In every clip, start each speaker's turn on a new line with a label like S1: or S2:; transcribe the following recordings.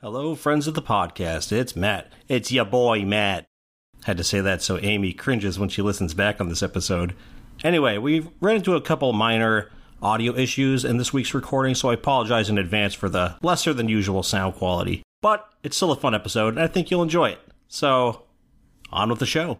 S1: Hello, friends of the podcast. It's Matt. It's your boy, Matt. Had to say that so Amy cringes when she listens back on this episode. Anyway, we've ran into a couple minor audio issues in this week's recording, so I apologize in advance for the lesser than usual sound quality. But it's still a fun episode, and I think you'll enjoy it. So, on with the show.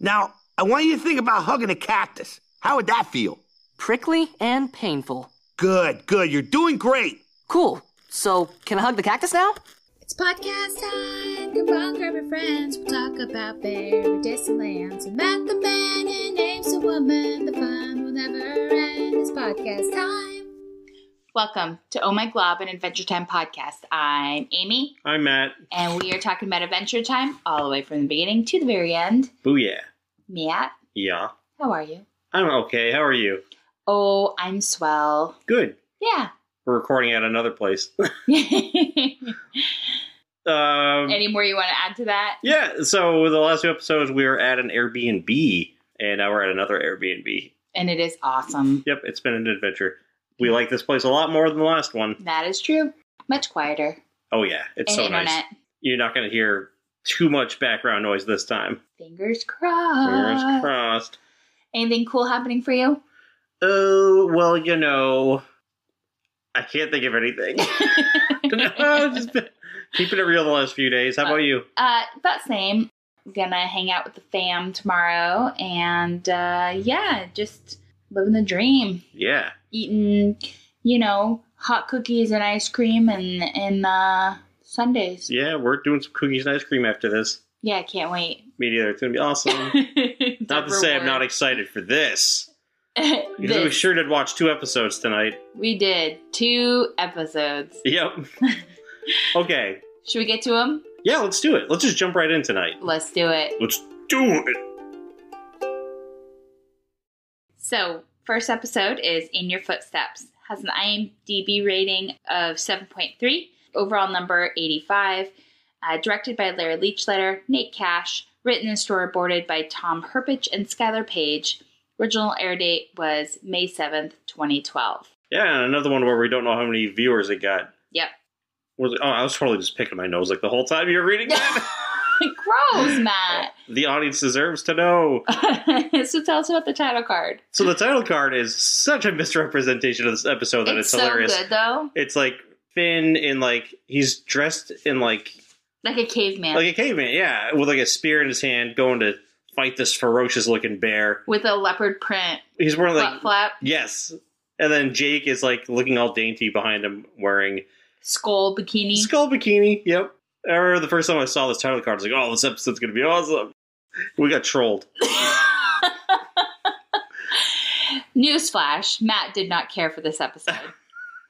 S2: Now, I want you to think about hugging a cactus. How would that feel?
S3: Prickly and painful.
S2: Good, good. You're doing great.
S3: Cool. So, can I hug the cactus now?
S4: It's podcast time. Come on, grab your friends. We'll talk about very distant lands. And Matt the man and Ames the woman. The fun will never end. It's podcast time.
S5: Welcome to Oh My Glob and Adventure Time podcast. I'm Amy,
S6: I'm Matt.
S5: and we are talking about Adventure Time all the way from the beginning to the very end.
S6: Booyah.
S5: Matt,
S6: Yeah.
S5: how are you?
S6: I'm okay. How are you?
S5: Oh, I'm swell.
S6: Good.
S5: Yeah.
S6: We're recording at another place.
S5: Any
S6: um,
S5: more you want to add to that?
S6: yeah, so the last two episodes, we were at an Airbnb, and now we're at another Airbnb.
S5: And it is awesome.
S6: Yep, it's been an adventure. We like this place a lot more than the last one.
S5: That is true. Much quieter.
S6: Oh, yeah. It's
S5: and
S6: so
S5: internet.
S6: nice. You're not going to hear too much background noise this time.
S5: Fingers crossed.
S6: Fingers crossed.
S5: Anything cool happening for you?
S6: Oh, well, you know, I can't think of anything. I've just been keeping it real the last few days. How about you?
S5: Uh, about same. Gonna hang out with the fam tomorrow, and uh, yeah, just living the dream,
S6: Yeah.
S5: eating, you know, hot cookies and ice cream, and and uh, Sundays.
S6: Yeah, we're doing some cookies and ice cream after this.
S5: Yeah, I can't wait.
S6: Me neither. It's gonna be awesome. not to say I'm not excited for this. Because We
S5: This.
S6: sure did watch two episodes tonight.
S5: We did two episodes.
S6: Yep. okay.
S5: Should we get to them?
S6: Yeah, let's do it. Let's just jump right in tonight.
S5: Let's do it.
S6: Let's do it.
S5: So, first episode is In Your Footsteps. Has an IMDb rating of 7.3, overall number 85. Uh, directed by Larry Leechletter, Nate Cash, written and storyboarded by Tom Herpich and Skylar Page. Original air date was May 7th, 2012.
S6: Yeah, and another one where we don't know how many viewers it got.
S5: Yep.
S6: Was it- Oh, I was totally just picking my nose like the whole time you were reading that.
S5: Gross, Matt.
S6: the audience deserves to know.
S5: so tell us about the title card.
S6: So the title card is such a misrepresentation of this episode Oh, that it's,
S5: it's so
S6: hilarious.
S5: good though.
S6: It's like Finn in like he's dressed in like
S5: Like a caveman.
S6: like a caveman, yeah, with like a spear in his hand, going to fight this ferocious looking bear.
S5: with a leopard print
S6: He's wearing like
S5: butt flap,
S6: yes, and then Jake is like looking all dainty behind him, wearing
S5: skull bikini.
S6: skull bikini. Yep. I remember the first time I saw this title card, I was like, "Oh, this episode's gonna be awesome." We got trolled.
S5: Newsflash, Matt did not care for this episode.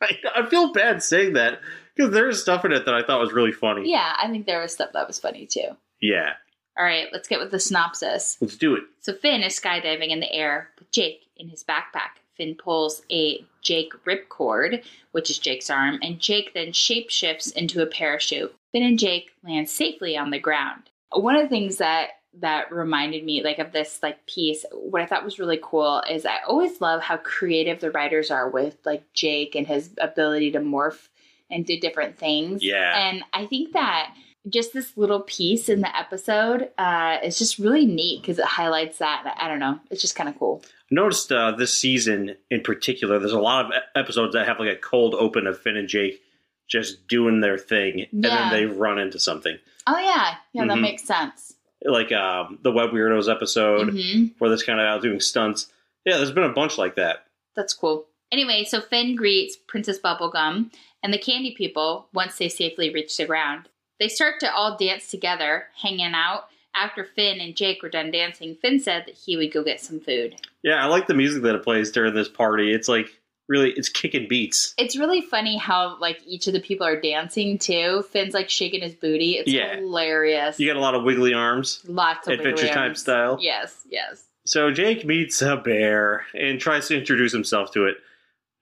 S6: I, I feel bad saying that because there's stuff in it that I thought was really funny.
S5: yeah, I think there was stuff that was funny too.
S6: yeah.
S5: All right, let's get with the synopsis.
S6: Let's do it.
S5: So Finn is skydiving in the air with Jake in his backpack. Finn pulls a Jake ripcord, which is Jake's arm, and Jake then shapeshifts into a parachute. Finn and Jake land safely on the ground. One of the things that that reminded me like of this like piece what i thought was really cool is i always love how creative the writers are with like jake and his ability to morph and do different things
S6: Yeah.
S5: and i think that just this little piece in the episode uh, is just really neat because it highlights that. I don't know. It's just kind of cool.
S6: noticed uh, this season in particular, there's a lot of e- episodes that have like a cold open of Finn and Jake just doing their thing, and
S5: Yeah.
S6: then they run into something.
S5: Oh, yeah. Yeah, that
S6: Mhm.
S5: makes sense.
S6: Like um, the Web Weirdos episode,
S5: hmm
S6: where this kind of out doing stunts. Yeah, there's been a bunch like that.
S5: That's cool. Anyway, so Finn greets Princess Bubblegum and the Candy People once they safely reach the ground. They start to all dance together, hanging out. After Finn and Jake were done dancing, Finn said that he would go get some food.
S6: Yeah, I like the music that it plays during this party. It's like really, it's kicking beats.
S5: It's really funny how like each of the people are dancing too. Finn's like shaking his booty. It's
S6: Yeah.
S5: hilarious.
S6: You got a lot of wiggly arms.
S5: Lots of
S6: Adventure
S5: wiggly
S6: Time
S5: arms.
S6: style.
S5: Yes, yes.
S6: So Jake meets a bear and tries to introduce himself to it.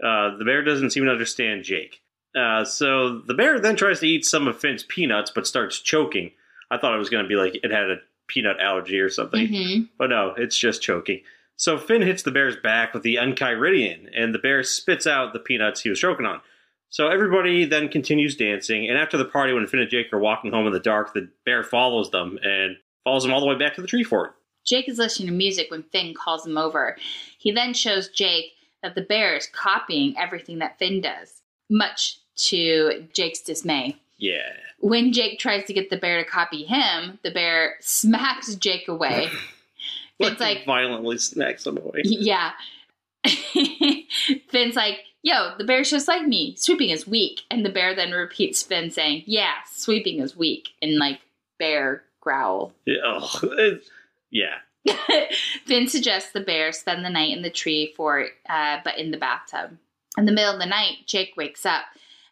S6: Uh, the bear doesn't seem to understand Jake. Uh, so the bear then tries to eat some of Finn's peanuts, but starts choking. I thought it was going to be like it had a peanut allergy or something,
S5: hmm
S6: but no, it's just choking. So Finn hits the bear's back with the Enchiridion, and the bear spits out the peanuts he was choking on. So everybody then continues dancing, and after the party, when Finn and Jake are walking home in the dark, the bear follows them and follows them all the way back to the tree fort.
S5: Jake is listening to music when Finn calls him over. He then shows Jake that the bear is copying everything that Finn does, much to Jake's dismay.
S6: Yeah.
S5: When Jake tries to get the bear to copy him, the bear smacks Jake away. Finn's like,
S6: violently snacks him away.
S5: yeah. Finn's like, yo, the bear's just like me. Sweeping is weak. And the bear then repeats Finn saying, yeah, sweeping is weak. And like, bear growl.
S6: Yeah, ugh, it- yeah.
S5: Finn suggests the bear spend the night in the tree for, uh, but in the bathtub. In the middle of the night, Jake wakes up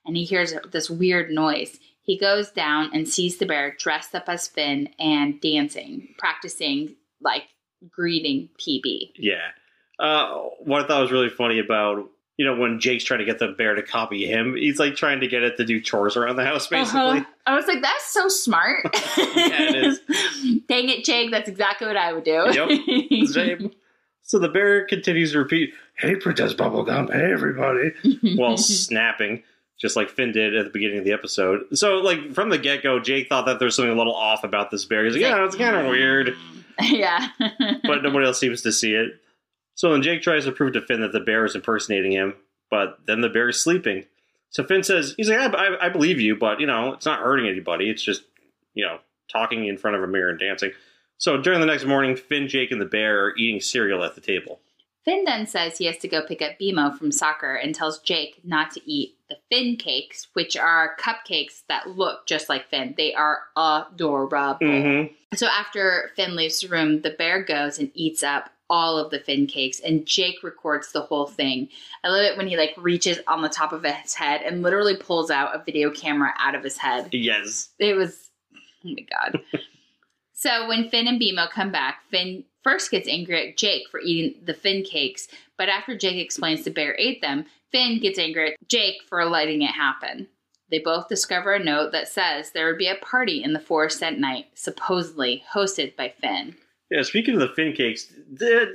S5: and he hears this weird noise. He goes down and sees the bear dressed up as Finn and dancing, practicing like greeting PB.
S6: Yeah. Uh, what I thought was really funny about, you know, when Jake's trying to get the bear to copy him, he's like trying to get it to do chores around the house, basically.
S5: Uh-huh. I was like, that's so smart.
S6: Yeah, it is.
S5: Dang it, Jake, that's exactly what I would do.
S6: Same. So the bear continues to repeat, Hey, Princess Bubblegum, hey, everybody, while snapping, just like Finn did at the beginning of the episode. So, like, from the get go, Jake thought that there's something a little off about this bear. He's like, "Mm, Yeah, it's kind of weird,
S5: yeah.
S6: but nobody else seems to see it. So then Jake tries to prove to Finn that the bear is impersonating him, but then the bear is sleeping. So Finn says, He's like, I, I, I believe you, but, you know, it's not hurting anybody. It's just, you know, talking in front of a mirror and dancing. So during the next morning, Finn, Jake, and the bear are eating cereal at the table.
S5: Finn then says he has to go pick up Bimo from soccer and tells Jake not to eat the Finn cakes, which are cupcakes that look just like Finn. They are adorable.
S6: Mm-hmm.
S5: So after Finn leaves the room, the bear goes and eats up all of the Finn cakes, and Jake records the whole thing. I love it when he like reaches on the top of his head and literally pulls out a video camera out of his head.
S6: Yes.
S5: It was, oh my god. so when Finn and Bimo come back, Finn first gets angry at Jake for eating the Finn cakes, but after Jake explains the bear ate them, Finn gets angry at Jake for letting it happen. They both discover a note that says there would be a party in the forest that night, supposedly hosted by Finn.
S6: Yeah. Speaking of the fin cakes, did,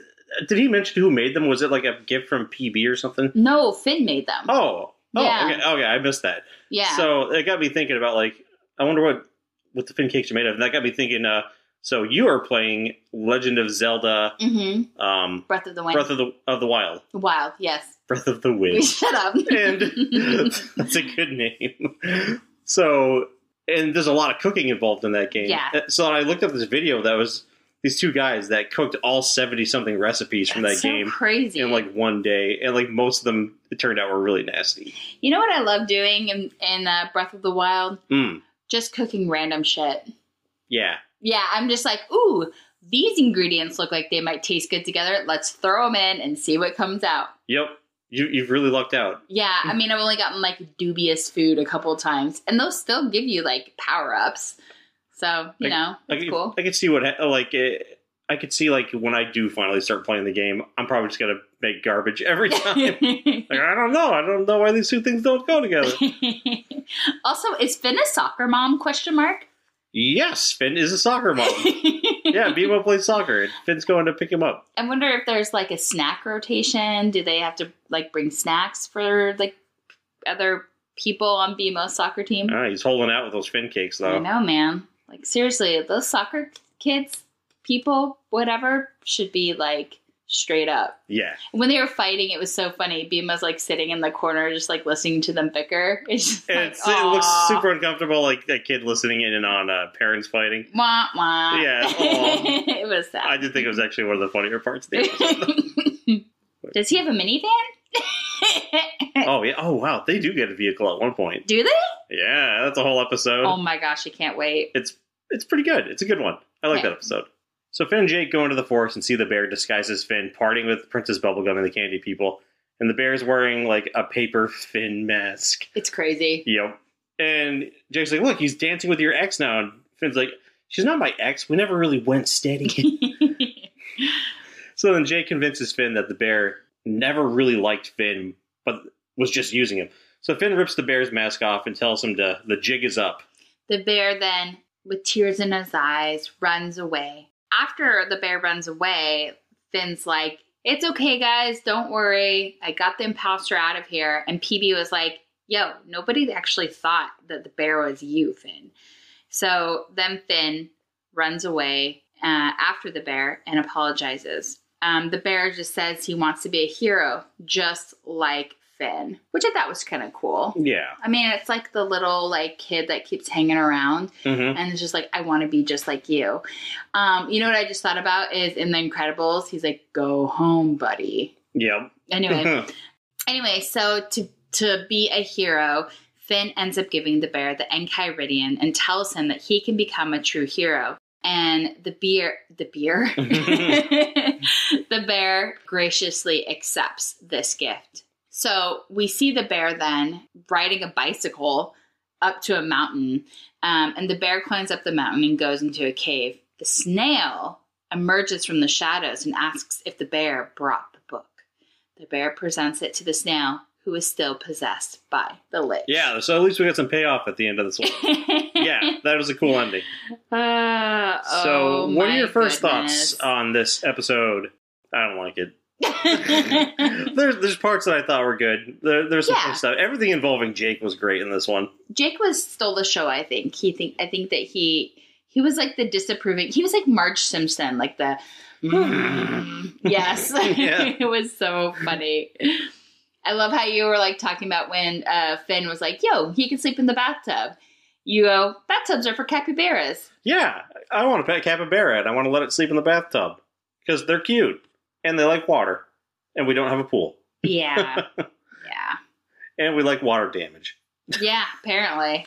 S6: did he mention who made them? Was it like a gift from PB or something?
S5: No, Finn made them.
S6: Oh. Oh.
S5: Yeah.
S6: Okay. Okay. I missed that.
S5: yeah.
S6: So it got me thinking about like I wonder what what the fin cakes are made of. And that got me thinking. Uh, so you are playing Legend of Zelda,
S5: hmm
S6: um,
S5: Breath of the Wind.
S6: Breath of the of the Wild,
S5: Wild, yes.
S6: Breath of the Wind.
S5: Shut up.
S6: and that's a good name. So, and there's a lot of cooking involved in that game.
S5: Yeah.
S6: So I looked up this video that was these two guys that cooked all seventy something recipes from that
S5: That's so
S6: game
S5: Crazy.
S6: in like one day, and like most of them, it turned out were really nasty.
S5: You know what I love doing in, in uh, Breath of the Wild?
S6: Mm,
S5: Just cooking random shit.
S6: yeah.
S5: Yeah, I'm just like, ooh, these ingredients look like they might taste good together. Let's throw them in and see what comes out.
S6: Yep. You you've really lucked out.
S5: Yeah, I mean, I've only gotten like dubious food a couple times, and those still give you like power ups. So, you
S6: Like-
S5: know,
S6: I
S5: it's
S6: could,
S5: cool.
S6: I could see what ha- like. eh, I could see like when I do finally start playing the game, I'm probably just gonna make garbage every time. like I don't know, I don't know why these two things don't go together.
S5: also, is Finn a soccer mom? Question mark.
S6: Yes, Finn is a soccer mom. yeah, Bimo plays soccer, and Finn's going to pick him up.
S5: I wonder if there's like a snack rotation. Do they have to like bring snacks for like other people on BMO's soccer team?
S6: Ah, he's holding out with those Finn cakes,
S5: I
S6: though.
S5: know, man. Like seriously, those soccer kids, people, whatever, should be like straight up.
S6: Yeah,
S5: When they were fighting, it was so funny. Bima's like sitting in the corner, just like listening to them bicker. It's just like,
S6: it's, it looks
S5: "Aw."
S6: super uncomfortable, like a kid listening in and on uh, parents fighting.
S5: Wah, wah.
S6: Yeah, aw.
S5: it was sad.
S6: I did think it was actually one of the funnier parts. Of the episode.
S5: Does he have a minivan?
S6: oh yeah, oh wow, they do get a vehicle at one point.
S5: Do they?
S6: Yeah, that's a whole episode.
S5: Oh my gosh, I can't wait.
S6: it's it's pretty good. It's a good one. I like
S5: Okay.
S6: that episode. So Finn and Jake go into the forest and see the bear disguised as Finn partying with Princess Bubblegum and the Candy People, and the bear's wearing like a paper Finn mask.
S5: It's crazy.
S6: Yep. And Jake's like, look, he's dancing with your ex now. And Finn's like, she's not my ex. We never really went steady. so then Jake convinces Finn that the bear never really liked Finn, but was just using him. So Finn rips the bear's mask off and tells him to the jig is up.
S5: The bear then, with tears in his eyes, runs away. After the bear runs away, Finn's like, It's okay, guys, don't worry. I got the imposter out of here. And PB was like, yo, nobody actually thought that the bear was you, Finn. So then Finn runs away uh, after the bear and apologizes. Um, the bear just says he wants to be a hero, just like Finn, which I thought was kind of cool.
S6: Yeah.
S5: I mean, it's like the little like kid that keeps hanging around
S6: hmm
S5: and it's just like I want to be just like you. Um, you know what I just thought about is in The Incredibles, he's like, "Go home, buddy."
S6: Yep.
S5: Anyway, anyway, so to to be a hero, Finn ends up giving the bear the Enchiridion and tells him that he can become a true hero. And the beer, the beer, the bear graciously accepts this gift. So we see the bear then riding a bicycle up to a mountain, um, and the bear climbs up the mountain and goes into a cave. The snail emerges from the shadows and asks if the bear brought the book. The bear presents it to the snail, who is still possessed by the lich.
S6: yeah. So at least we got some payoff at the end of this one. yeah, that was a cool ending.
S5: Uh,
S6: So,
S5: oh
S6: what are
S5: my
S6: your first
S5: goodness.
S6: thoughts on this episode? I don't like it. there's there's parts that I thought were good. There, there's some
S5: Yeah.
S6: fun stuff. Everything involving Jake was great in this one.
S5: Jake was stole the show. I think he think I think that he he was like the disapproving. He was like Marge Simpson, like the "Mm, yes.
S6: Yeah.
S5: it was so funny. I love how you were like talking about when uh, Finn was like, "Yo, he can sleep in the bathtub." You go, bathtubs are for capybaras.
S6: Yeah, I want to pet capybara and I want to let it sleep in the bathtub because they're cute and they like water, and we don't have a pool
S5: Yeah, yeah.
S6: and we like water damage.
S5: yeah apparently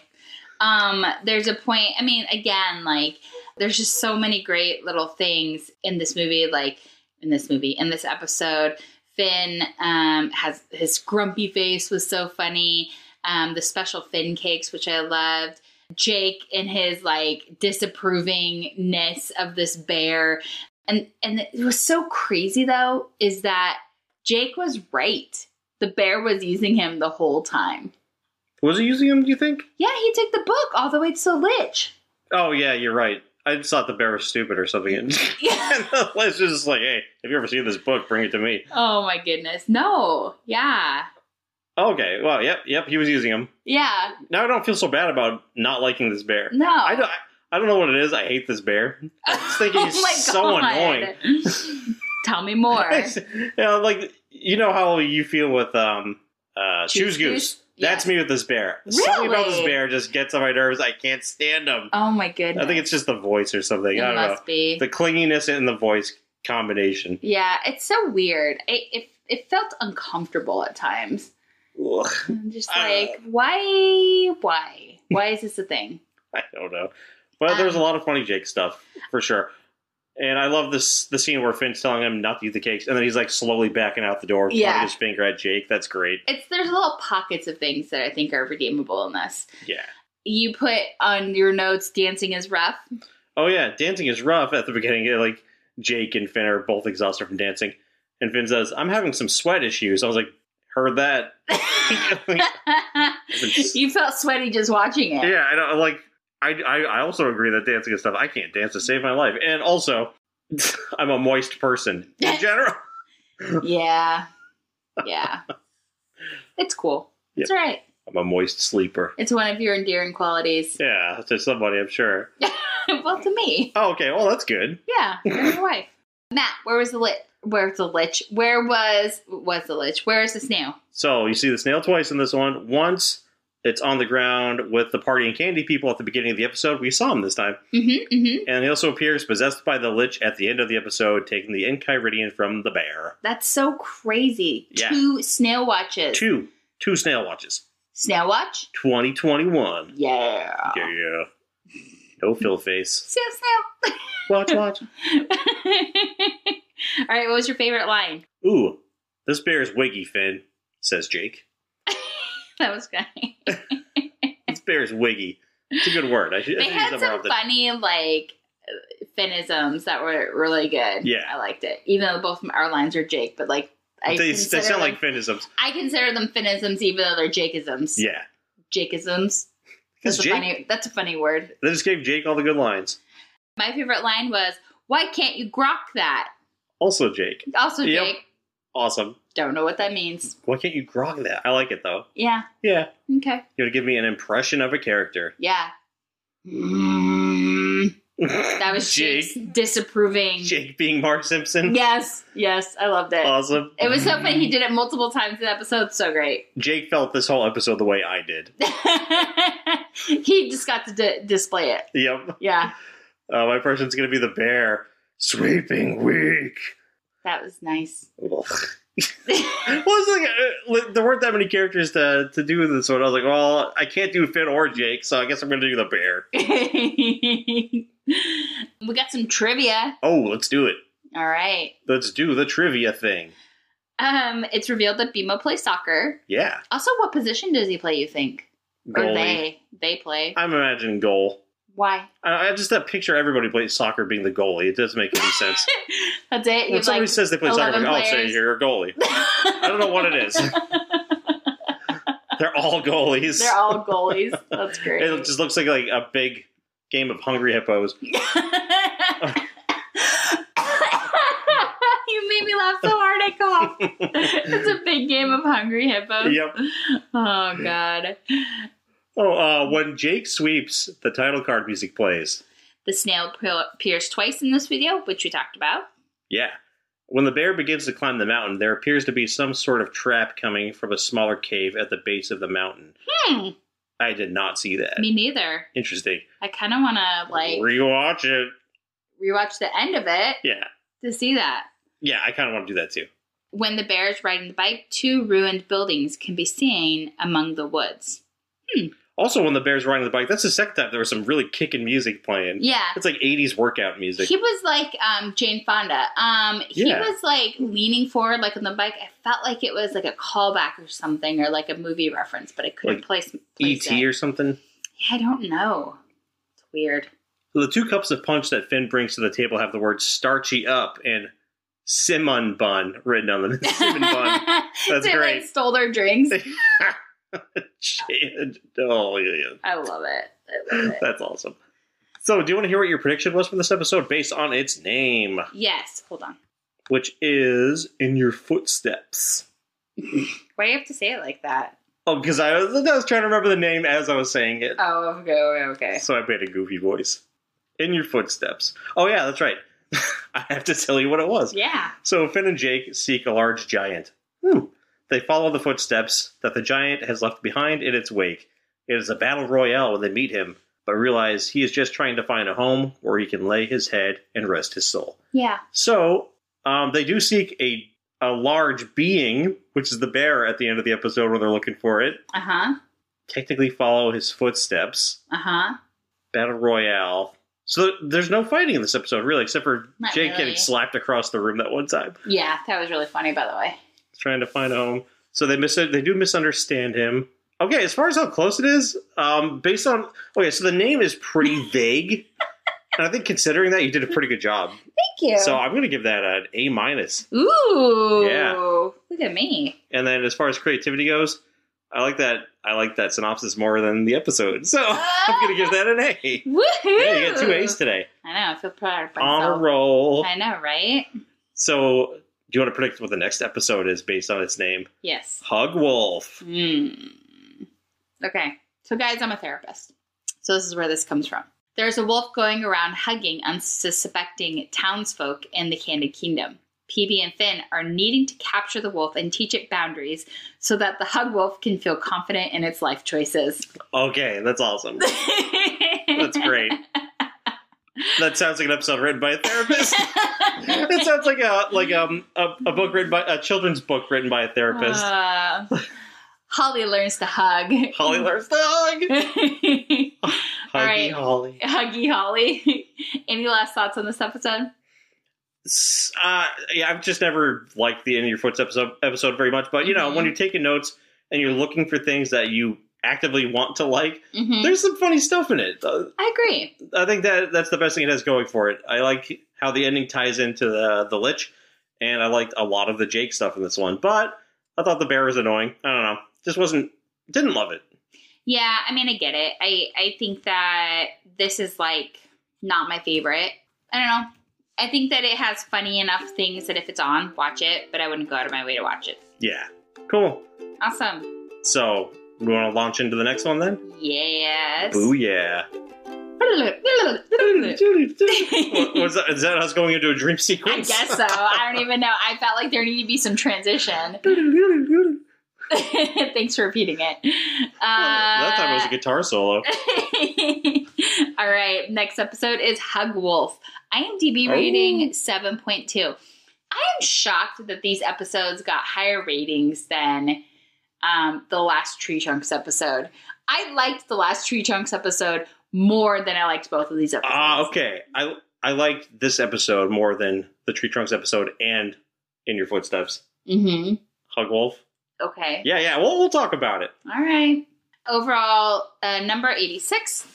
S5: um there's a point i mean again like there's just so many great little things in this movie like in this movie in this episode finn um has his grumpy face was so funny um the special finn cakes which i loved jake and his like disapprovingness of this bear and and it was so crazy though is that jake was right the bear was using him the whole time
S6: Was he using them? Do you think?
S5: yeah, he took the book all the way to the Lich.
S6: Oh yeah, you're right. I just thought the bear was stupid or something. And it's just like, hey, have you ever seen this book? Bring it to me.
S5: oh my goodness. No. Yeah.
S6: Okay, well, yep, yep, he was using them.
S5: Yeah.
S6: Now I don't feel so bad about not liking this bear.
S5: No.
S6: I don't. I don't know what it is. I hate this bear. I just think he's
S5: Oh
S6: so annoying.
S5: annoying. Tell me more.
S6: yeah, like you know how you feel with um uh
S5: Choose
S6: Choose
S5: Goose?
S6: Goose. That's me with this bear. Something about this
S5: Really?
S6: bear just gets on my nerves. I can't stand him.
S5: Oh my goodness.
S6: I think it's just the voice or something.
S5: it
S6: I don't know.
S5: must be.
S6: The clinginess and the voice combination.
S5: yeah, it's so weird. It, it it felt uncomfortable at times.
S6: Ugh,
S5: I'm just
S6: Uh.
S5: like, why why? Why is this a thing?
S6: I don't know. But there's a lot of funny Jake stuff for sure. And I love this the scene where Finn's telling him not to eat the cakes, and then he's like slowly backing out the door, pointing
S5: Yeah.
S6: his finger at Jake. That's great.
S5: It's there's little pockets of things that I think are redeemable in this.
S6: Yeah.
S5: You put on your notes dancing is rough.
S6: Oh yeah, dancing is rough at the beginning. Yeah, Like Jake and Finn are both exhausted from dancing, and Finn says, "I'm having some sweat issues." I was like, "Heard that?"
S5: you felt sweaty just watching it.
S6: yeah, I don't like. I, I I also agree that dancing is stuff. I can't dance to save my life, and also, I'm a moist person in general.
S5: Yeah. Yeah. it's cool. It's all right.
S6: I'm a moist sleeper.
S5: It's one of your endearing qualities.
S6: Yeah, to somebody, I'm sure.
S5: well, to me.
S6: Oh, okay. Well, that's good.
S5: Yeah. You're your wife. Matt, where was the lit? Where's the lich? Where was was the lich? Where is the snail?
S6: So you see the snail twice in this one. Once it's on the ground with the party and candy people at the beginning of the episode. We saw him this time.
S5: Mm-hmm. Mm-hmm.
S6: And he also appears possessed by the Lich at the end of the episode, taking the Enchiridion from the bear.
S5: That's so crazy.
S6: Yeah.
S5: Two snail watches.
S6: Two. Two snail watches.
S5: Snail watch.
S6: 2021.
S5: Yeah.
S6: Yeah. No fill face.
S5: Snail, snail.
S6: Watch, watch.
S5: all right. What was your favorite line?
S6: Ooh, this bear is wiggy, Finn, says Jake.
S5: That was funny.
S6: This bear is wiggy. It's a good word. I should, I
S5: They
S6: should
S5: had
S6: use that more often.
S5: some funny like finisms that were really good.
S6: Yeah.
S5: I liked it. Even though both our lines are Jake, but like I
S6: They, they
S5: consider
S6: sound
S5: them,
S6: like Finnisms.
S5: I consider them finisms even though they're Jakeisms.
S6: Yeah.
S5: Jakeisms.
S6: Because
S5: That's a
S6: Jake,
S5: funny that's a funny word.
S6: they just gave Jake all the good lines.
S5: My favorite line was, Why can't you grok that?
S6: Also, Jake.
S5: Also
S6: Yep.
S5: Jake.
S6: Awesome.
S5: Don't know what that means.
S6: Why can't you grog that? I like it though.
S5: Yeah.
S6: Yeah.
S5: Okay.
S6: You would give me an impression of a character.
S5: Yeah. Mm. That was Jake's
S6: Jake.
S5: disapproving.
S6: Jake Oh, being Mark Simpson.
S5: Yes. Yes. I loved it.
S6: Awesome.
S5: It was so funny. He did it multiple times in episodes. So great.
S6: Jake felt this whole episode the way I did.
S5: he just got to d- display it.
S6: Yep.
S5: Yeah.
S6: Uh, my person's gonna be the bear. Sweeping weak.
S5: That was nice.
S6: Ugh. well, it's like, uh, there weren't that many characters to, to do this one. I was like, well, I can't do Finn or Jake, so I guess I'm going to do the bear.
S5: we got some trivia.
S6: Oh, let's do it.
S5: All right.
S6: Let's do the trivia thing.
S5: Um, it's revealed that Bima plays soccer.
S6: Yeah.
S5: Also, what position does he play? You think? Or they? They play.
S6: I'm imagining goal.
S5: Why?
S6: I, I just that picture everybody plays soccer being the goalie. It doesn't make any sense.
S5: That's it.
S6: when
S5: You've
S6: somebody
S5: like.
S6: says they play soccer, I'm
S5: 11
S6: like, oh, say
S5: players.
S6: you're a goalie. I don't know what it is. They're all goalies.
S5: They're all goalies. That's great.
S6: it just looks like like a big game of Hungry Hippos.
S5: you made me laugh so hard I coughed. it's a big game of Hungry Hippos.
S6: Yep.
S5: Oh God.
S6: Oh, uh, when Jake sweeps, the title card music plays.
S5: The snail pe- pierced twice in this video, which we talked about.
S6: Yeah. When the bear begins to climb the mountain, there appears to be some sort of trap coming from a smaller cave at the base of the mountain.
S5: Hmm.
S6: I did not see that.
S5: Me neither.
S6: Interesting.
S5: I kind of want to like
S6: Rewatch it.
S5: rewatch the end of it
S6: Yeah.
S5: to see that.
S6: Yeah, I kind of want to do that too.
S5: When the bear is riding the bike, two ruined buildings can be seen among the woods.
S6: Also, when the bear's riding the bike, that's the second time there was some really kicking music playing.
S5: Yeah.
S6: It's like 80s workout music.
S5: He was like um, Jane Fonda. Um, he
S6: Yeah.
S5: was like leaning forward, like on the bike. I felt like it was like a callback or something, or like a movie reference, but I couldn't
S6: Like
S5: place, place
S6: E.T.
S5: it.
S6: E or something.
S5: Yeah, I don't know. It's weird.
S6: So the two cups of punch that Finn brings to the table have the words starchy up and Simon bun written on them. Simon bun. That's
S5: they
S6: great.
S5: like stole their drinks.
S6: Shit. oh, yeah,
S5: I love it. I love
S6: yeah.
S5: it.
S6: That's awesome. So, do you want to hear what your prediction was for this episode based on its name,
S5: Yes. Hold on.
S6: which is In Your Footsteps?
S5: Why do you have to say it like that?
S6: Oh, because I was, I was trying to remember the name as I was saying it.
S5: Oh, okay, okay, okay.
S6: So I made a goofy voice. In Your Footsteps. Oh, yeah, that's right. I have to tell you what it was.
S5: Yeah.
S6: So Finn and Jake seek a large giant. Hmm. They follow the footsteps that the giant has left behind in its wake. It is a battle royale when they meet him, but realize he is just trying to find a home where he can lay his head and rest his soul.
S5: Yeah.
S6: So um, they do seek a a large being, which is the bear at the end of the episode where they're looking for it.
S5: Uh huh.
S6: Technically, follow his footsteps.
S5: Uh huh.
S6: Battle royale. So there's no fighting in this episode, really, except for
S5: Not
S6: Jake
S5: really.
S6: getting slapped across the room that one time.
S5: Yeah, that was really funny, by the way.
S6: trying to find a home. So they mis- they do misunderstand him. Okay, as far as how close it is, um, based on okay, so the name is pretty vague, and I think considering that you did a pretty good job.
S5: Thank you.
S6: So I'm going to give that an A minus.
S5: Ooh.
S6: Yeah.
S5: Look at me.
S6: And then as far as creativity goes, I like that I like that synopsis more than the episode. So I'm going to give that an A.
S5: Woohoo!
S6: Yeah, you got two A's today.
S5: I know. I feel proud of
S6: On a
S5: myself.
S6: roll.
S5: I know, right?
S6: So do you want to predict what the next episode is based on its name?
S5: Yes.
S6: Hug Wolf.
S5: Mm. Okay. So, guys, I'm a therapist. So, this is where this comes from. There's a wolf going around hugging unsuspecting townsfolk in the Candid Kingdom. PB and Finn are needing to capture the wolf and teach it boundaries so that the hug wolf can feel confident in its life choices.
S6: Okay, that's awesome. That's
S5: That's
S6: great. That sounds like an episode written by a therapist. that sounds like a like um a, a book written by a children's book written by a therapist.
S5: Uh, Holly learns to hug.
S6: Holly learns to hug.
S5: Huggy All
S6: Huggy
S5: right.
S6: Holly.
S5: Holly. Any last thoughts on this episode?
S6: S- Uh, yeah, I've just never liked the In Your Footsteps episode, episode very much, but you know
S5: Mhm.
S6: when you're taking notes and you're looking for things that you actively want to like,
S5: Mhm.
S6: there's some funny stuff in it. Uh,
S5: I agree.
S6: I think that that's the best thing it has going for it. I like how the ending ties into the the lich, and I liked a lot of the Jake stuff in this one. But I thought the bear was annoying. I don't know, just wasn't didn't love it.
S5: Yeah, I mean, I get it. I I think that this is like not my favorite. I don't know. I think that it has funny enough things that if it's on, watch it, but I wouldn't go out of my way to watch it.
S6: Yeah. Cool.
S5: Awesome.
S6: So, we want to launch into the next one then?
S5: Yes.
S6: Boo yeah. What- was that, is that us going into a dream
S5: I
S6: sequence?
S5: guess so. I don't even know. I felt like there needed to be some transition. Thanks for repeating it. Uh,
S6: that time it was a guitar solo.
S5: All right, next episode is Hug Wolf. IMDb
S6: Oh.
S5: rating 7.2. I am shocked that these episodes got higher ratings than um, the last Tree Trunks episode. I liked the last Tree Trunks episode more than I liked both of these episodes.
S6: Ah, okay. I I liked this episode more than the Tree Trunks episode and In Your Footsteps.
S5: Mm-hmm.
S6: Hug Wolf.
S5: Okay.
S6: Yeah, yeah. We'll, we'll talk about it.
S5: All right. Overall, uh, number 86,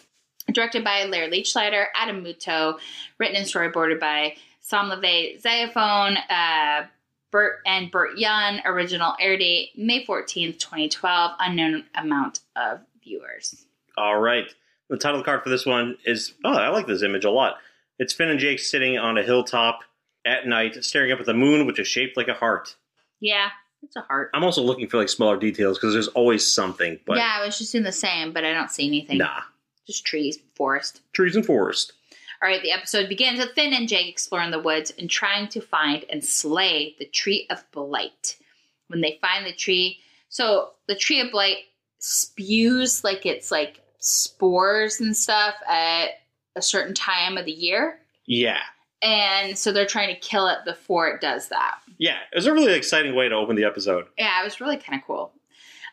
S5: directed by Larry Leachlider, Adam Muto, written and storyboarded by Sam LeVay, Xylophone, uh, Bert and Bert Young, original air date May 14th, 2012, unknown amount of viewers.
S6: All right. The title card for this one is oh, I like this image a lot. It's Finn and Jake sitting on a hilltop at night, staring up at the moon, which is shaped like a heart.
S5: Yeah, it's a heart.
S6: I'm also looking for like smaller details because there's always something, but
S5: yeah, I was just in the same, but I don't see anything.
S6: nah.
S5: Just trees, forest.
S6: Trees and forest.
S5: All right, the episode begins with Finn and Jake exploring the woods and trying to find and slay the tree of blight. When they find the tree, so the tree of blight spews like it's like spores and stuff at a certain time of the year.
S6: Yeah.
S5: And so they're trying to kill it before it does that.
S6: Yeah. It was a really exciting way to open the episode.
S5: Yeah, it was really kind of cool.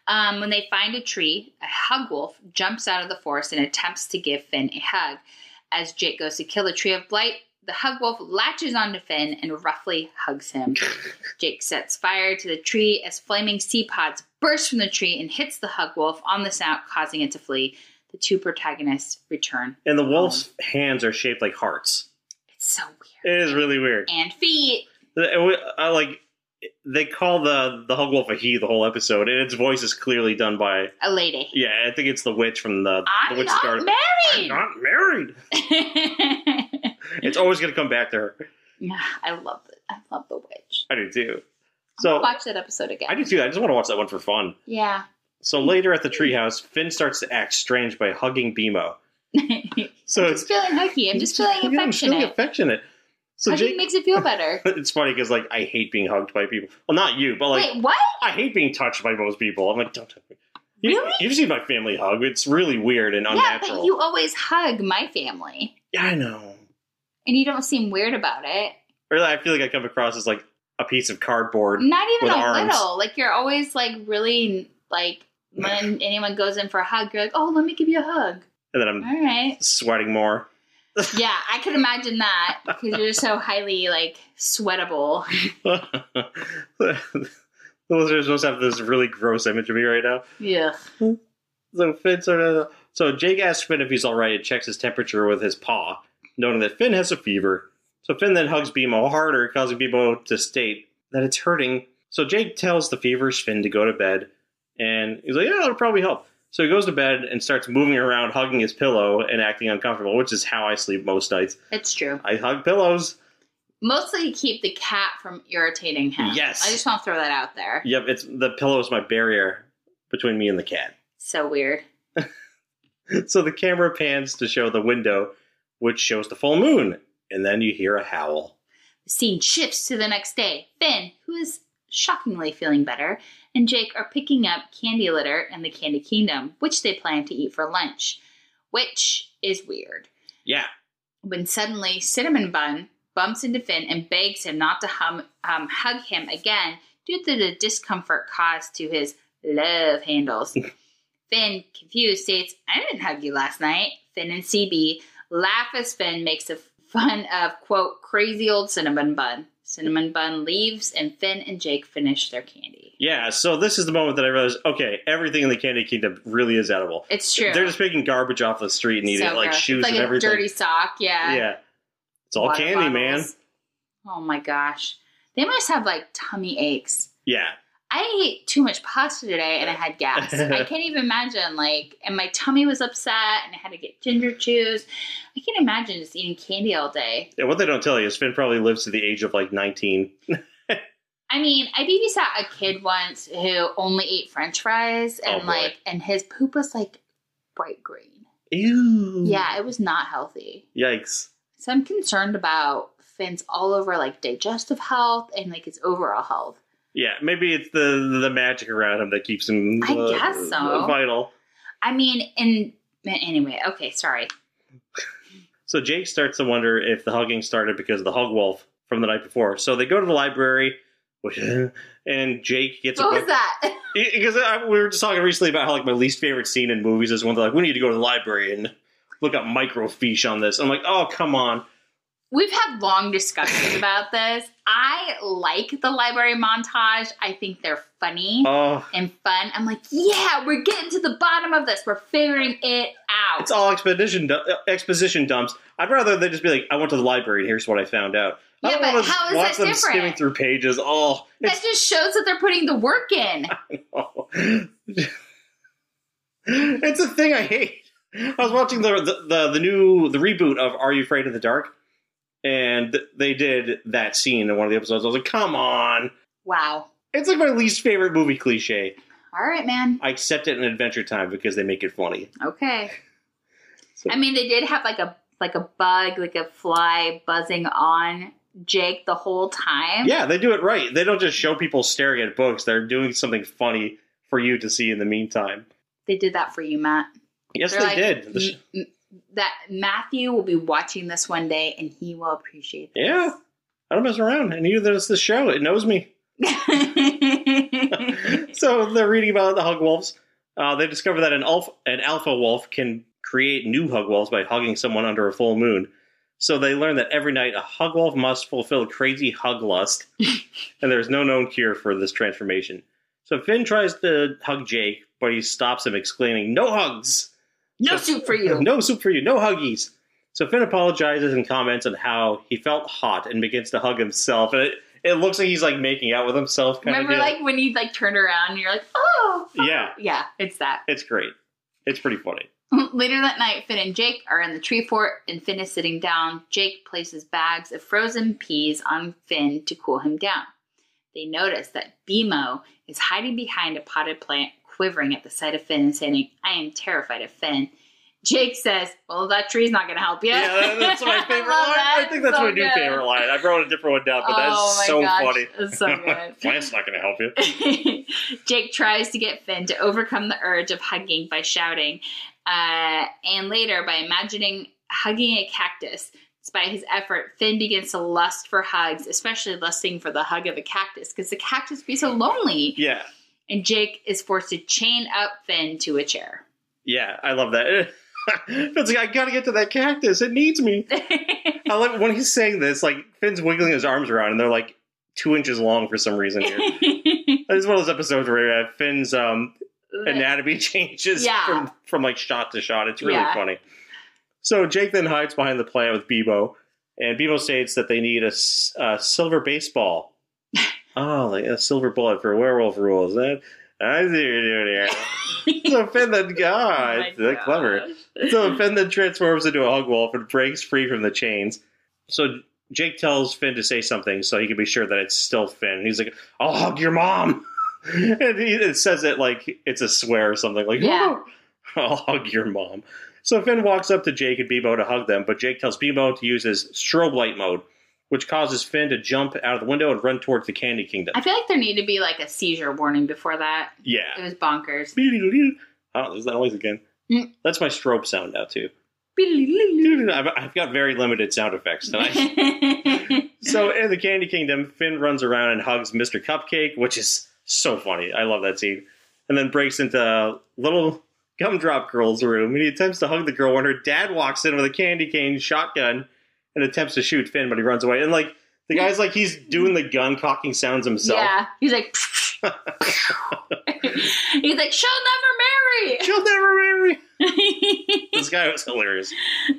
S5: Um, when they find a tree, a hug wolf jumps out of the forest and attempts to give Finn a hug. As Jake goes to kill the tree of blight, the hug wolf latches onto Finn and roughly hugs him. Jake sets fire to the tree as flaming sea pods burst from the tree and hits the hug wolf on the snout, causing it to flee. The two protagonists return.
S6: And the wolf's hands are shaped like hearts.
S5: It's so weird.
S6: It is really weird.
S5: And feet.
S6: It wa- I like they call the the hug wolf a he the whole episode, and its voice is clearly done by
S5: A lady.
S6: yeah. I think it's the witch from the the
S5: I'm
S6: witch
S5: not
S6: started. I'm
S5: married.
S6: not married. It's always gonna come back to her.
S5: Yeah, I love it. I love the witch.
S6: I do too.
S5: So
S6: So
S5: watch that episode again.
S6: I do too. I just want to watch that one for fun.
S5: yeah.
S6: So later at the treehouse, Finn starts to act strange by hugging Bimo. So
S5: I'm just feeling huggy. I'm just feeling
S6: Yeah, I'm just feeling
S5: affectionate.
S6: affectionate. So
S5: Hugging
S6: Jake,
S5: makes it feel better.
S6: it's funny because like I hate being hugged by people. Well, not you, but like
S5: Wait, what?
S6: I hate being touched by most people. I'm like, don't touch me. You,
S5: Really?
S6: You've seen my family hug. It's really weird and
S5: Yeah,
S6: unnatural.
S5: but you always hug my family,
S6: yeah, I know.
S5: and you don't seem weird about it.
S6: Or I feel like I come across as like a piece of cardboard.
S5: Not even
S6: With
S5: a
S6: arms.
S5: little. Like you're always like really like when anyone goes in for a hug, you're like, oh, let me give you a hug.
S6: And then I'm
S5: All right.
S6: sweating more.
S5: Yeah, I could imagine that because you're so highly like sweatable.
S6: the listeners must have this really gross image of me right now.
S5: Yeah.
S6: So Finn sort of. So Jake asks Finn if he's all right and checks his temperature with his paw, noting that Finn has a fever. So Finn then hugs Bimo harder, causing Bimo to state that it's hurting. So Jake tells the feverish Finn to go to bed, and he's like, "Yeah, that'll probably help." So he goes to bed and starts moving around, hugging his pillow and acting uncomfortable, which is how I sleep most nights.
S5: It's true.
S6: I hug pillows.
S5: Mostly to keep the cat from irritating him.
S6: Yes.
S5: I just want to throw that out there.
S6: Yep, it's the pillow is my barrier between me and the cat.
S5: So weird.
S6: So the camera pans to show the window, which shows the full moon, and then you hear a howl.
S5: The scene shifts to the next day. Finn, who is shockingly feeling better, and Jake are picking up candy litter in the Candy Kingdom, which they plan to eat for lunch, which is weird.
S6: Yeah,
S5: When suddenly Cinnamon Bun bumps into Finn and begs him not to hum, um, hug him again due to the discomfort caused to his love handles. Finn, confused, states, I didn't hug you last night. Finn and CB laugh as Finn makes a fun of, quote, crazy old cinnamon bun. Cinnamon bun leaves, and Finn and Jake finish their candy.
S6: Yeah, so this is the moment that I realized, okay, everything in the Candy Kingdom really is edible.
S5: It's true.
S6: They're just picking garbage off the street and eating
S5: So
S6: it, like
S5: gross.
S6: shoes
S5: It's like
S6: and
S5: a
S6: everything.
S5: dirty sock, yeah.
S6: yeah. It's all
S5: Water
S6: candy, man.
S5: bottles. Oh my gosh. They must have like tummy aches.
S6: Yeah.
S5: I ate too much pasta today and I had gas. I can't even imagine, like, and my tummy was upset and I had to get ginger chews. I can't imagine just eating candy all day.
S6: And what they don't tell you is Finn probably lives to the age of like 19.
S5: I mean, I babysat a kid once who only ate french fries and,
S6: Oh, boy.
S5: like, and his poop was like bright green.
S6: Ew.
S5: Yeah, it was not healthy.
S6: Yikes.
S5: So I'm concerned about Finn's all over, like, digestive health and, like, his overall health.
S6: Yeah, maybe it's the the magic around him that keeps him. uh,
S5: I guess so.
S6: Vital.
S5: I mean, and anyway, okay, sorry.
S6: So Jake starts to wonder if the hugging started because of the hug wolf from the night before. So they go to the library, which, and Jake gets a
S5: What
S6: book.
S5: was that?
S6: Because I- uh, we were just talking recently about how like my least favorite scene in movies is when they're like, "We need to go to the library and look up microfiche on this." I'm like, "Oh, come on!"
S5: We've had long discussions about this. I like the library montage. I think they're funny
S6: Oh,
S5: and fun. I'm like, yeah, we're getting to the bottom of this. We're figuring it out.
S6: it's all expedition du- uh, exposition dumps. I'd rather they just be like, "I went to the library and here's what I found out." I
S5: Yeah,
S6: don't wanna
S5: but
S6: just
S5: how is
S6: watch
S5: that
S6: them
S5: different?
S6: skimming through pages. Oh,
S5: that just shows that they're putting the work in.
S6: it's a thing I hate. I was watching the, the the the new the reboot of Are You Afraid of the Dark, and they did that scene in one of the episodes. I was like, "Come on!"
S5: Wow.
S6: It's like my least favorite movie cliche.
S5: All right, man.
S6: I accept it in Adventure Time because they make it funny.
S5: Okay.
S6: So-
S5: I mean, they did have like a like a bug, like a fly buzzing on Jake the whole time.
S6: Yeah, they do it right. They don't just show people staring at books. They're doing something funny for you to see in the meantime.
S5: They did that for you, Matt.
S6: Yes,
S5: They're
S6: they
S5: like,
S6: did. The sh-
S5: "M- m- that Matthew will be watching this one day and he will appreciate this.
S6: yeah, I don't mess around. And you, there's the show. It knows me. so they're reading about the hug wolves. Uh, they discover that an alpha, an alpha wolf can create new hug wolves by hugging someone under a full moon. So they learn that every night a hug wolf must fulfill crazy hug lust, and there's no known cure for this transformation. So Finn tries to hug Jake, but he stops him, exclaiming, "No hugs!
S5: no soup for you.
S6: No soup for you! No huggies!" So Finn apologizes and comments on how he felt hot and begins to hug himself, and it, it looks like he's like making out with himself. Kind
S5: Remember,
S6: of
S5: like when you like turned around and you're like, oh,
S6: yeah,
S5: yeah, it's that.
S6: It's great. It's pretty funny.
S5: Later that night, Finn and Jake are in the tree fort, and Finn is sitting down. Jake places bags of frozen peas on Finn to cool him down. They notice that Bimo is hiding behind a potted plant, quivering at the sight of Finn and saying, I am terrified of Finn. Jake says, Well, that tree's not going to help you.
S6: Yeah, that's my
S5: I
S6: favorite
S5: love
S6: line. I
S5: that.
S6: think that's
S5: So
S6: my new
S5: good.
S6: favorite line. I wrote a different one down, but
S5: Oh my
S6: that's so
S5: gosh,
S6: funny.
S5: That's so good.
S6: Plant's not going to help you.
S5: Jake tries to get Finn to overcome the urge of hugging by shouting, uh, and later by imagining hugging a cactus. Despite his effort, Finn begins to lust for hugs, especially lusting for the hug of a cactus, because the cactus would be so lonely.
S6: Yeah,
S5: And Jake is forced to chain up Finn to a chair.
S6: yeah, I love that. it's like I got to get to that cactus. It needs me. I love when he's saying this. Like Finn's wiggling his arms around, and they're like two inches long for some reason. Here, it's one of those episodes where uh, Finn's um, anatomy changes
S5: Yeah.
S6: from from like shot to shot. It's really
S5: Yeah.
S6: funny. So Jake then hides behind the plant with Bebo, and Bebo states that they need a, s- a silver baseball. oh, like a silver bullet for werewolf rules. That I see what you're doing here. so Finn then,
S5: Oh
S6: God,
S5: my
S6: that's uh, clever.
S5: gosh.
S6: So Finn then transforms into a hug wolf and breaks free from the chains. So Jake tells Finn to say something so he can be sure that it's still Finn. And he's like, I'll hug your mom. And he it says it like it's a swear or something. Like,
S5: Yeah.
S6: I'll hug your mom. So Finn walks up to Jake and Bebo to hug them, but Jake tells Bebo to use his strobe light mode, which causes Finn to jump out of the window and run towards the Candy Kingdom.
S5: I feel like there needed to be like a seizure warning before that. It
S6: yeah.
S5: was bonkers.
S6: Oh, there's that noise again.
S5: Mm.
S6: That's my strobe sound now, too. I've, I've got very limited sound effects tonight. so in the Candy Kingdom, Finn runs around and hugs Mr. Cupcake, which is so funny. I love that scene. And then breaks into little gumdrop girl's room and he attempts to hug the girl when her dad walks in with a candy cane shotgun and attempts to shoot Finn, but he runs away. And like the guy's like he's doing the gun cocking sounds himself.
S5: Yeah, he's like, he's like, she'll never marry.
S6: She'll never marry. This guy was hilarious.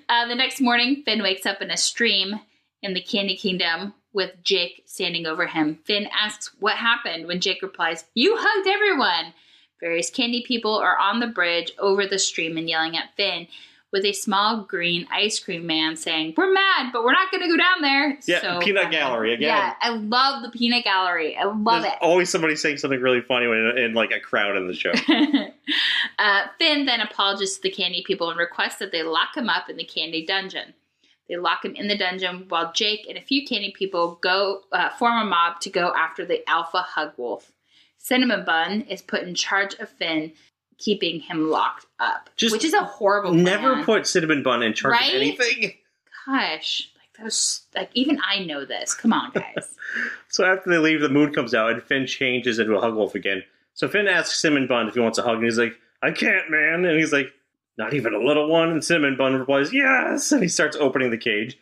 S5: uh, the next morning, Finn wakes up in a stream in the Candy Kingdom with Jake standing over him. Finn asks what happened when Jake replies, You hugged everyone. Various candy people are on the bridge over the stream and yelling at Finn, with a small green ice cream man saying, We're mad, but we're not going to go down there.
S6: Yeah, Peanut
S5: funny.
S6: Gallery again.
S5: Yeah, I love the Peanut Gallery. I love
S6: There's
S5: it.
S6: always somebody saying something really funny when in like a crowd in the show.
S5: uh, Finn then apologizes to the candy people and requests that they lock him up in the candy dungeon. They lock him in the dungeon while Jake and a few candy people go uh, form a mob to go after the alpha hug wolf. Cinnamon Bun is put in charge of Finn, keeping him locked up,
S6: Just
S5: which is a horrible. Plan.
S6: Never put cinnamon bun in charge
S5: Oh
S6: of
S5: Right?
S6: anything.
S5: Gosh, like those, like even I know this. Come on, guys.
S6: So after they leave, the moon comes out and Finn changes into a hug wolf again. So Finn asks Cinnamon Bun if he wants a hug, and he's like, I can't, man. And he's like, Not even a little one. And Cinnamon Bun replies, Yes. And he starts opening the cage.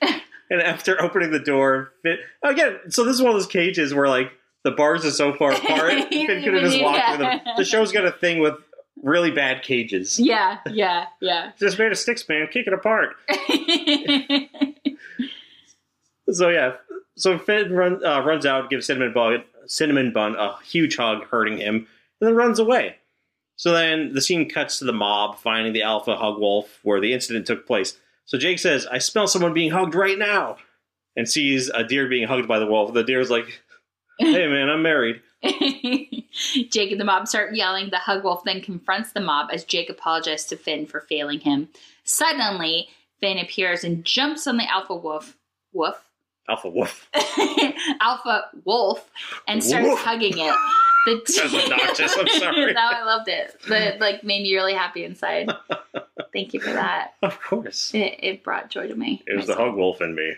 S6: and after opening the door, Finn, again, so this is one of those cages where like the bars are so far apart,
S5: You
S6: Finn could have just
S5: need-
S6: walked
S5: yeah.
S6: through them. The show's got a thing with really bad cages.
S5: yeah, yeah, yeah.
S6: Just made a sticks, man. Kick it apart. So yeah, so Finn run, uh, runs out, gives Cinnamon Bun Cinnamon Bun a huge hug, hurting him, and then runs away. So then the scene cuts to the mob finding the Alpha Hug Wolf where the incident took place. So Jake says, "I smell someone being hugged right now," and sees a deer being hugged by the wolf. The deer's like, "Hey man, I'm married."
S5: Jake and the mob start yelling. The hug wolf then confronts the mob as Jake apologizes to Finn for failing him. Suddenly, Finn appears and jumps on the alpha wolf, wolf,
S6: Alpha Wolf.
S5: alpha wolf, and starts
S6: Wolf.
S5: hugging it. The
S6: That was obnoxious, I'm sorry.
S5: no, I loved it. That like made me really happy inside. Thank you for that.
S6: Of course,
S5: It, it brought joy to me.
S6: it was the hug wolf in me.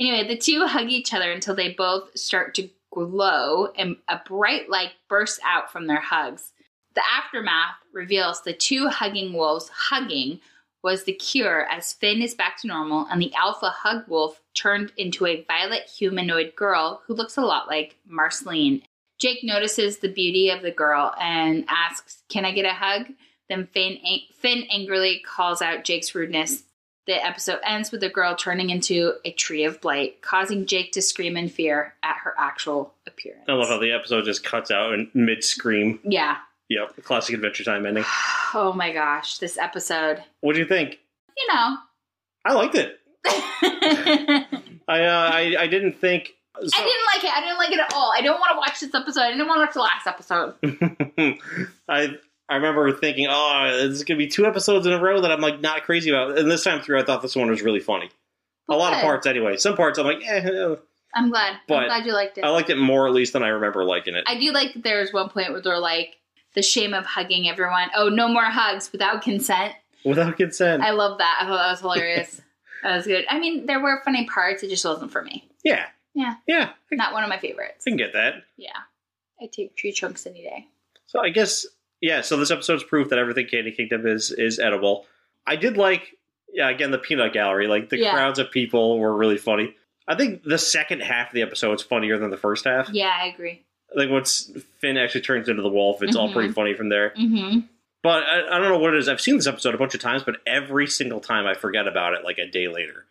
S5: Anyway, the two hug each other until they both start to glow and a bright light bursts out from their hugs. The aftermath reveals the two hugging wolves hugging was the cure as Finn is back to normal and the alpha hug wolf turned into a violet humanoid girl who looks a lot like Marceline. Jake notices the beauty of the girl and asks, Can I get a hug? Then Finn, Finn angrily calls out Jake's rudeness the episode ends with the girl turning into a tree of blight, causing Jake to scream in fear at her actual appearance.
S6: I love how the episode just cuts out in mid scream.
S5: Yeah.
S6: Yep, classic Adventure Time ending.
S5: Oh my gosh, this episode.
S6: What do you think?
S5: You know.
S6: I liked it.
S5: I didn't
S6: I uh, I, I didn't think. So,
S5: like it. I didn't like it at all. I don't want to watch this episode. I didn't want to watch the last episode.
S6: I I remember thinking, oh, this is gonna be two episodes in a row that I'm like not crazy about. And this time through, I thought this one was really funny. A lot of
S5: Good.
S6: parts, anyway. Some parts, I'm like, eh,
S5: I'm glad.
S6: But
S5: I'm glad you liked it.
S6: I liked it more at least than I remember liking it.
S5: I do like that there was one point where they're like, the shame of hugging everyone. Oh, no more hugs without consent.
S6: Without consent,
S5: I love that. I thought that was hilarious. that was good. I mean, there were funny parts. It just wasn't for me.
S6: yeah,
S5: Yeah.
S6: yeah, I
S5: Not one of my favorites.
S6: can get that.
S5: Yeah. I take tree chunks any day.
S6: So I guess yeah. So this episode's proof that everything Candy Kingdom is is edible. I did like yeah again the peanut gallery. Like the
S5: Yeah.
S6: crowds of people were really funny. I think the second half of the episode is funnier than the first half.
S5: Yeah, I agree.
S6: like once Finn actually turns into the wolf, it's all
S5: Mhm.
S6: pretty funny from there.
S5: Mm-hmm.
S6: But I, I don't know what it is. I've seen this episode a bunch of times, but every single time I forget about it like a day later.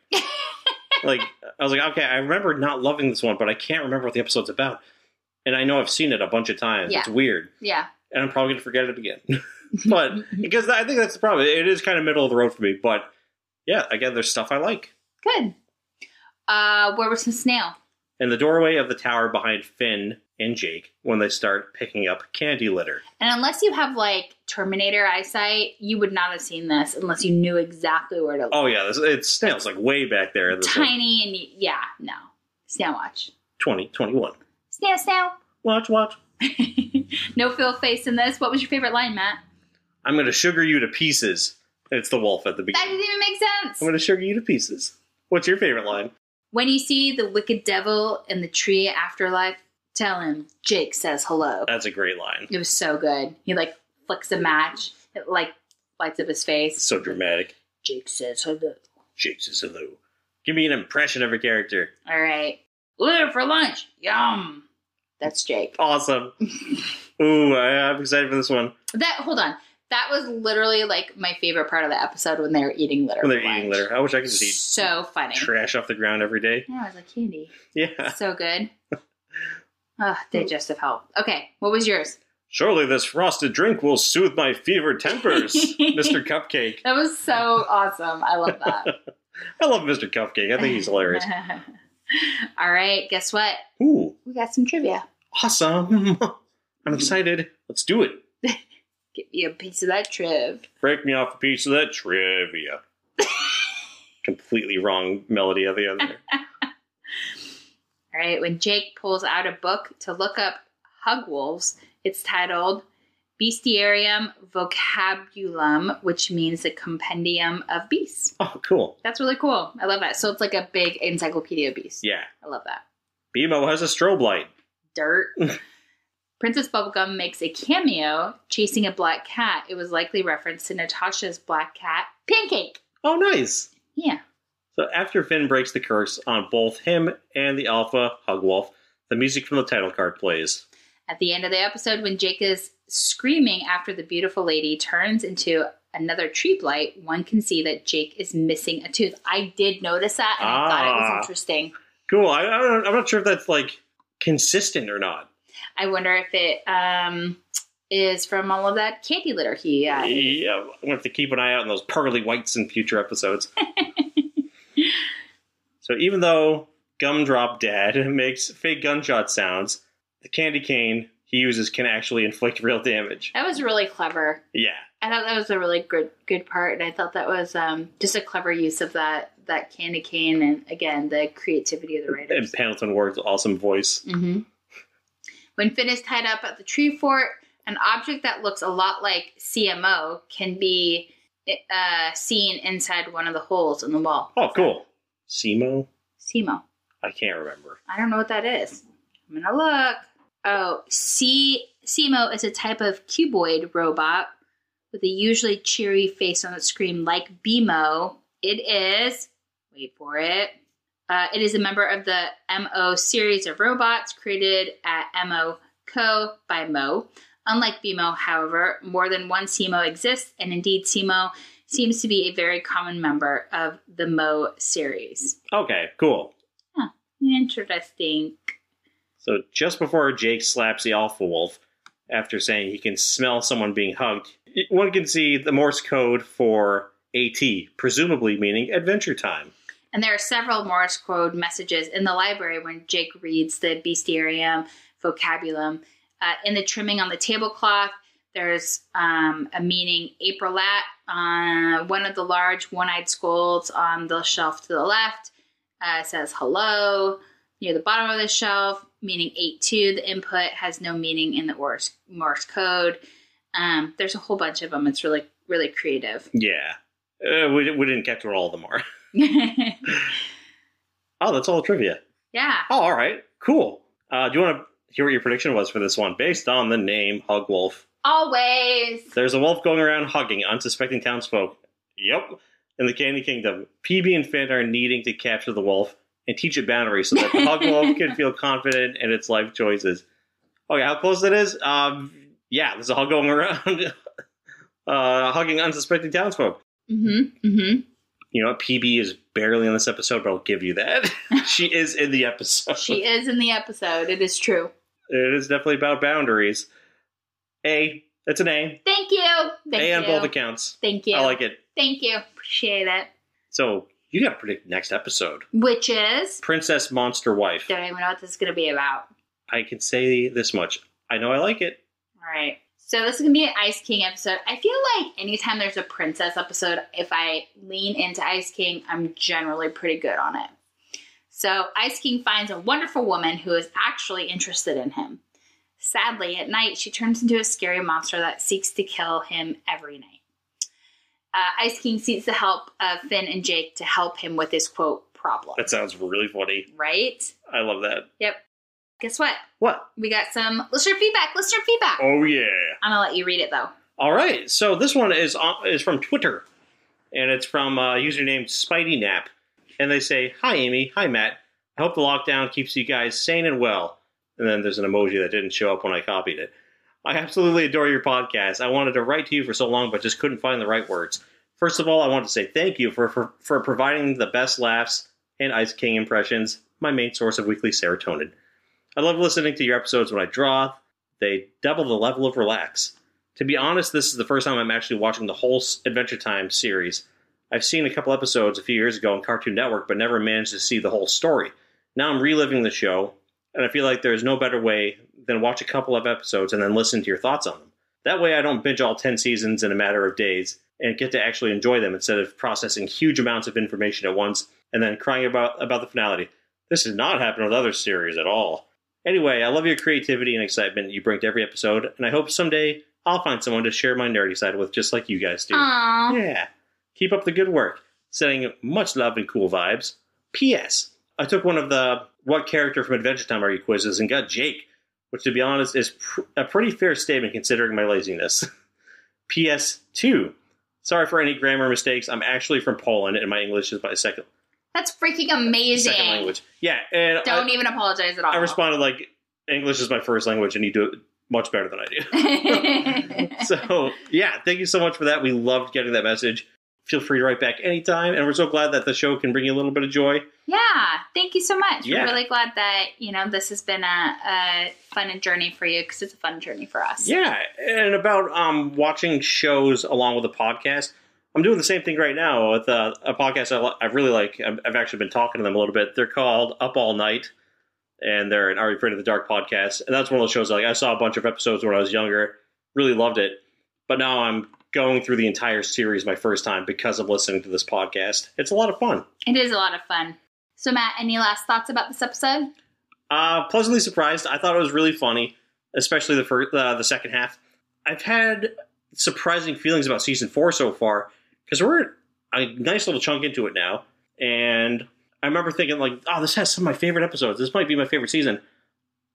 S6: like I was like, okay, I remember not loving this one, but I can't remember what the episode's about. And I know I've seen it a bunch of times.
S5: Yeah.
S6: It's weird,
S5: Yeah.
S6: and I'm probably gonna forget it again. but because I think that's the problem. It is kind of middle of the road for me. But yeah, again, there's stuff I like.
S5: Good. Uh, where was the snail?
S6: In the doorway of the tower behind Finn and Jake, when they start picking up candy litter.
S5: And unless you have like Terminator eyesight, you would not have seen this unless you knew exactly where to look.
S6: Oh yeah, this, it's snails like way back there in the
S5: Tiny and y- yeah, no. Snail watch.
S6: 20, 21.
S5: Snail, snail.
S6: Watch, watch.
S5: no fill face in this. What was your favorite line, Matt?
S6: I'm gonna sugar you to pieces. It's the wolf at the
S5: That
S6: beginning.
S5: didn't even make
S6: I'm
S5: sense.
S6: gonna sugar you to pieces. What's your favorite line?
S5: When you see the wicked devil in the tree afterlife, tell him Jake says hello.
S6: That's a great line.
S5: It was so good. He like flicks a match. It like lights up his
S6: It's
S5: face.
S6: so dramatic.
S5: Jake says hello.
S6: Shakes his hello. Give me an impression of a character.
S5: All right. Litter for lunch. Yum. That's Jake.
S6: Awesome. Ooh, I, I'm excited for this one.
S5: That hold on. That was literally like my favorite part of the episode when they were eating litter.
S6: When they're
S5: for
S6: eating
S5: lunch.
S6: litter. I wish I could just eat
S5: So funny.
S6: trash off the ground every day.
S5: Yeah, it was like candy.
S6: Yeah.
S5: so good. Ugh, digestive help. Okay, what was yours?
S6: Surely this frosted drink will soothe my fevered tempers, Mr. Cupcake.
S5: That was so awesome. I love that.
S6: I love Mr. Cupcake. I think he's hilarious.
S5: All right, guess what?
S6: Ooh,
S5: We got some trivia.
S6: awesome. I'm excited. Let's do it.
S5: Get me a piece of that triv.
S6: Break me off a piece of that trivia. Completely wrong melody at the end there.
S5: All right, when Jake pulls out a book to look up hugwolves, it's titled Bestiarium Vocabulum, which means a compendium of beasts.
S6: Oh, cool.
S5: That's really cool. I love that. So it's like a big encyclopedia of beasts.
S6: Yeah.
S5: I love that.
S6: BMO has a strobe light.
S5: dirt. Princess Bubblegum makes a cameo chasing a black cat. It was likely referenced to Natasha's black cat, Pancake.
S6: Oh, nice.
S5: Yeah.
S6: So after Finn breaks the curse on both him and the alpha Hugwolf, the music from the title card plays.
S5: At the end of the episode, when Jake is screaming after the beautiful lady turns into another tree blight, one can see that Jake is missing a tooth. I did notice that and I thought it
S6: Ah.
S5: was interesting.
S6: Cool. I, I don't, I'm not sure if that's like consistent or not.
S5: I wonder if it um, is from all of that candy litter he uh,
S6: Yeah, I'm gonna have to keep an eye out on those pearly whites in future episodes. so even though Gumdrop Dad makes fake gunshot sounds, the candy cane he uses can actually inflict real damage.
S5: That was really clever.
S6: Yeah,
S5: I thought that was a really good good part, and I thought that was um, just a clever use of that that candy cane, and again the creativity of the
S6: and
S5: writers.
S6: Pendleton Ward's awesome voice.
S5: hmm When Finn is tied up at the tree fort, an object that looks a lot like CMO can be uh, seen inside one of the holes in the wall.
S6: Oh, cool. Simo?
S5: CMO.
S6: I can't remember.
S5: I don't know what that is. I'm gonna look. Oh, C CMO is a type of cuboid robot with a usually cheery face on its screen, like BMO. It is. Wait for it. Uh, it is a member of the MO series of robots created at MO Co. by Mo. Unlike BMO, however, more than one CMO exists, and indeed, CMO seems to be a very common member of the Mo series.
S6: Okay, cool.
S5: Interesting.
S6: So just before Jake slaps the alpha wolf, after saying he can smell someone being hugged, one can see the Morse code for AT, presumably meaning adventure time.
S5: And there are several Morse code messages in the library when Jake reads the bestiarium vocabulum. Uh, in the trimming on the tablecloth, there's um, a meaning aprilat on one of the large one eyed scolds on the shelf to the left. Uh, says hello near the bottom of the shelf, meaning 8 2. The input has no meaning in the Morse, Morse code. Um, there's a whole bunch of them. It's really, really creative.
S6: Yeah. Uh, we, we didn't catch what all of them are.
S5: yeah.
S6: Oh, that's all the trivia. Oh, all right. Cool. Uh, do you want to hear what your prediction was for this one? Based on the name Hug Wolf,
S5: Always.
S6: there's a wolf going around hugging unsuspecting townsfolk. Yep. In the Candy Kingdom, PB and Finn are needing to capture the wolf and teach it boundaries so that Hug Wolf can feel confident in its life choices. Okay, how close that is? Um, yeah, there's a hug going around uh, hugging unsuspecting townsfolk.
S5: Mm-hmm. Mm-hmm.
S6: You know what? PB is barely in this episode, but I'll give you that. she is in the episode.
S5: She is in the episode. It is true.
S6: It is definitely about boundaries. A. It's an A.
S5: Thank you. Thank
S6: a
S5: you.
S6: on both accounts.
S5: Thank you.
S6: I like it.
S5: Thank you. Appreciate it.
S6: So you got to predict next episode.
S5: Which is
S6: Princess Monster Wife.
S5: don't even know what this is gonna be about.
S6: I can say this much. I know I like it.
S5: All right. So this is gonna be an Ice King episode. I feel like anytime there's a princess episode, if I lean into Ice King, I'm generally pretty good on it. So Ice King finds a wonderful woman who is actually interested in him. Sadly, at night she turns into a scary monster that seeks to kill him every night. Uh, Ice King seeks the help of Finn and Jake to help him with his quote problem.
S6: That sounds really funny.
S5: right.
S6: I love that.
S5: Yep. Guess what?
S6: What?
S5: We got some listener feedback. Listener feedback.
S6: Oh yeah.
S5: I'm gonna let you read it though.
S6: All right. So this one is on, is from Twitter, and it's from uh, username Spidey Nap, and they say, "Hi Amy. Hi Matt. I hope the lockdown keeps you guys sane and well." And then there's an emoji that didn't show up when I copied it. I absolutely adore your podcast. I wanted to write to you for so long, but just couldn't find the right words. First of all, I want to say thank you for, for, for providing the best laughs and Ice King impressions, my main source of weekly serotonin. I love listening to your episodes when I draw, they double the level of relax. To be honest, this is the first time I'm actually watching the whole s- Adventure Time series. I've seen a couple episodes a few years ago on Cartoon Network, but never managed to see the whole story. Now I'm reliving the show, and I feel like there is no better way than watch a couple of episodes and then listen to your thoughts on them. That way, I don't binge all 10 seasons in a matter of days and get to actually enjoy them instead of processing huge amounts of information at once and then crying about, about the finality. This did not happen with other series at all. Anyway, I love your creativity and excitement you bring to every episode, and I hope someday I'll find someone to share my nerdy side with just like you guys do.
S5: Aw.
S6: Yeah. Keep up the good work. Sending much love and cool vibes. P.S. I took one of the What Character from Adventure Time Are You quizzes and got Jake, which, to be honest, is pr- a pretty fair statement considering my laziness. P.S. 2. Sorry for any grammar mistakes. I'm actually from Poland, and my English is my second,
S5: That's freaking amazing.
S6: second language. Yeah, and
S5: Don't e-
S6: I,
S5: even apologize at all.
S6: I responded like, English is my first language, and you do it much better than I do. so yeah, thank you so much for that. We loved getting that message. Feel free to write back anytime, and we're so glad that the show can bring you a little bit of joy.
S7: Yeah, thank you so much.
S6: Yeah.
S7: We're really glad that you know this has been a, a fun journey for you because it's a fun journey for us.
S6: Yeah, and about um, watching shows along with a podcast. I'm doing the same thing right now with uh, a podcast I, li- I really like. I've I've actually been talking to them a little bit. They're called Up All Night, and they're an Are You Afraid of the Dark podcast. And that's one of those shows. Like I saw a bunch of episodes when I was younger, really loved it. But now I'm going through the entire series my first time because of listening to this podcast. It's a lot of fun.
S7: It is a lot of fun.
S5: so Matt, any last thoughts about this episode?
S6: Uh, pleasantly surprised. I thought it was really funny, especially the first, uh, the second half. I've had surprising feelings about season four so far because we're a nice little chunk into it now, and I remember thinking like, "Oh, this has some of my favorite episodes. This might be my favorite season."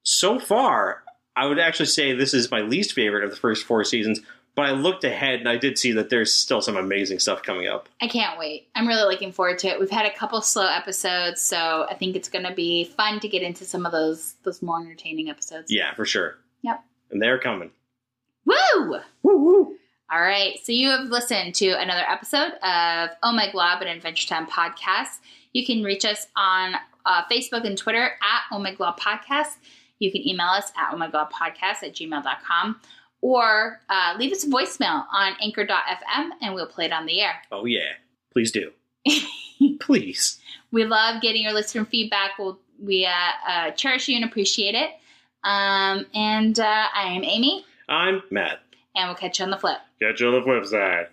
S6: So far, I would actually say this is my least favorite of the first four seasons. But I looked ahead and I did see that there's still some amazing stuff coming up.
S5: I can't wait. I'm really looking forward to it. We've had a couple slow episodes, so I think it's going to be fun to get into some of those those more entertaining episodes.
S6: Yeah, for sure.
S5: Yep.
S6: And they're coming.
S5: Woo!
S6: Woo woo.
S5: All right, so you have listened to another episode of Oh My Glob, an Adventure Time podcast. You can reach us on uh, Facebook and Twitter at Oh My Glob Podcast. You can email us at Oh My Glob Podcast at gmail.com or uh, leave us a voicemail on anchor.fm and we'll play it on the air.
S6: Oh yeah. Please do. Please.
S5: We love getting your listener feedback. We'll, we uh, uh, cherish you and appreciate it. Um, and uh, I am Amy,
S6: I'm Matt.
S5: and we'll catch you on the flip.
S6: Catch you on the flip side.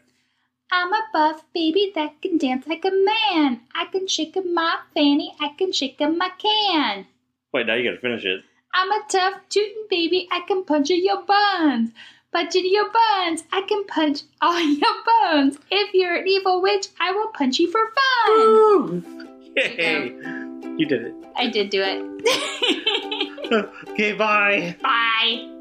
S5: I'm a buff baby that can dance like a man. I can shake 'em my fanny, I can shake 'em my can.
S6: Wait, now you gotta finish it.
S5: I'm a tough tootin' baby, I can punch in your buns. Punch in your buns, I can punch all your bones. If you're an evil witch, I will punch you for fun.
S6: Yay! You did
S5: I did do it.
S6: it. Okay, bye.
S5: Bye.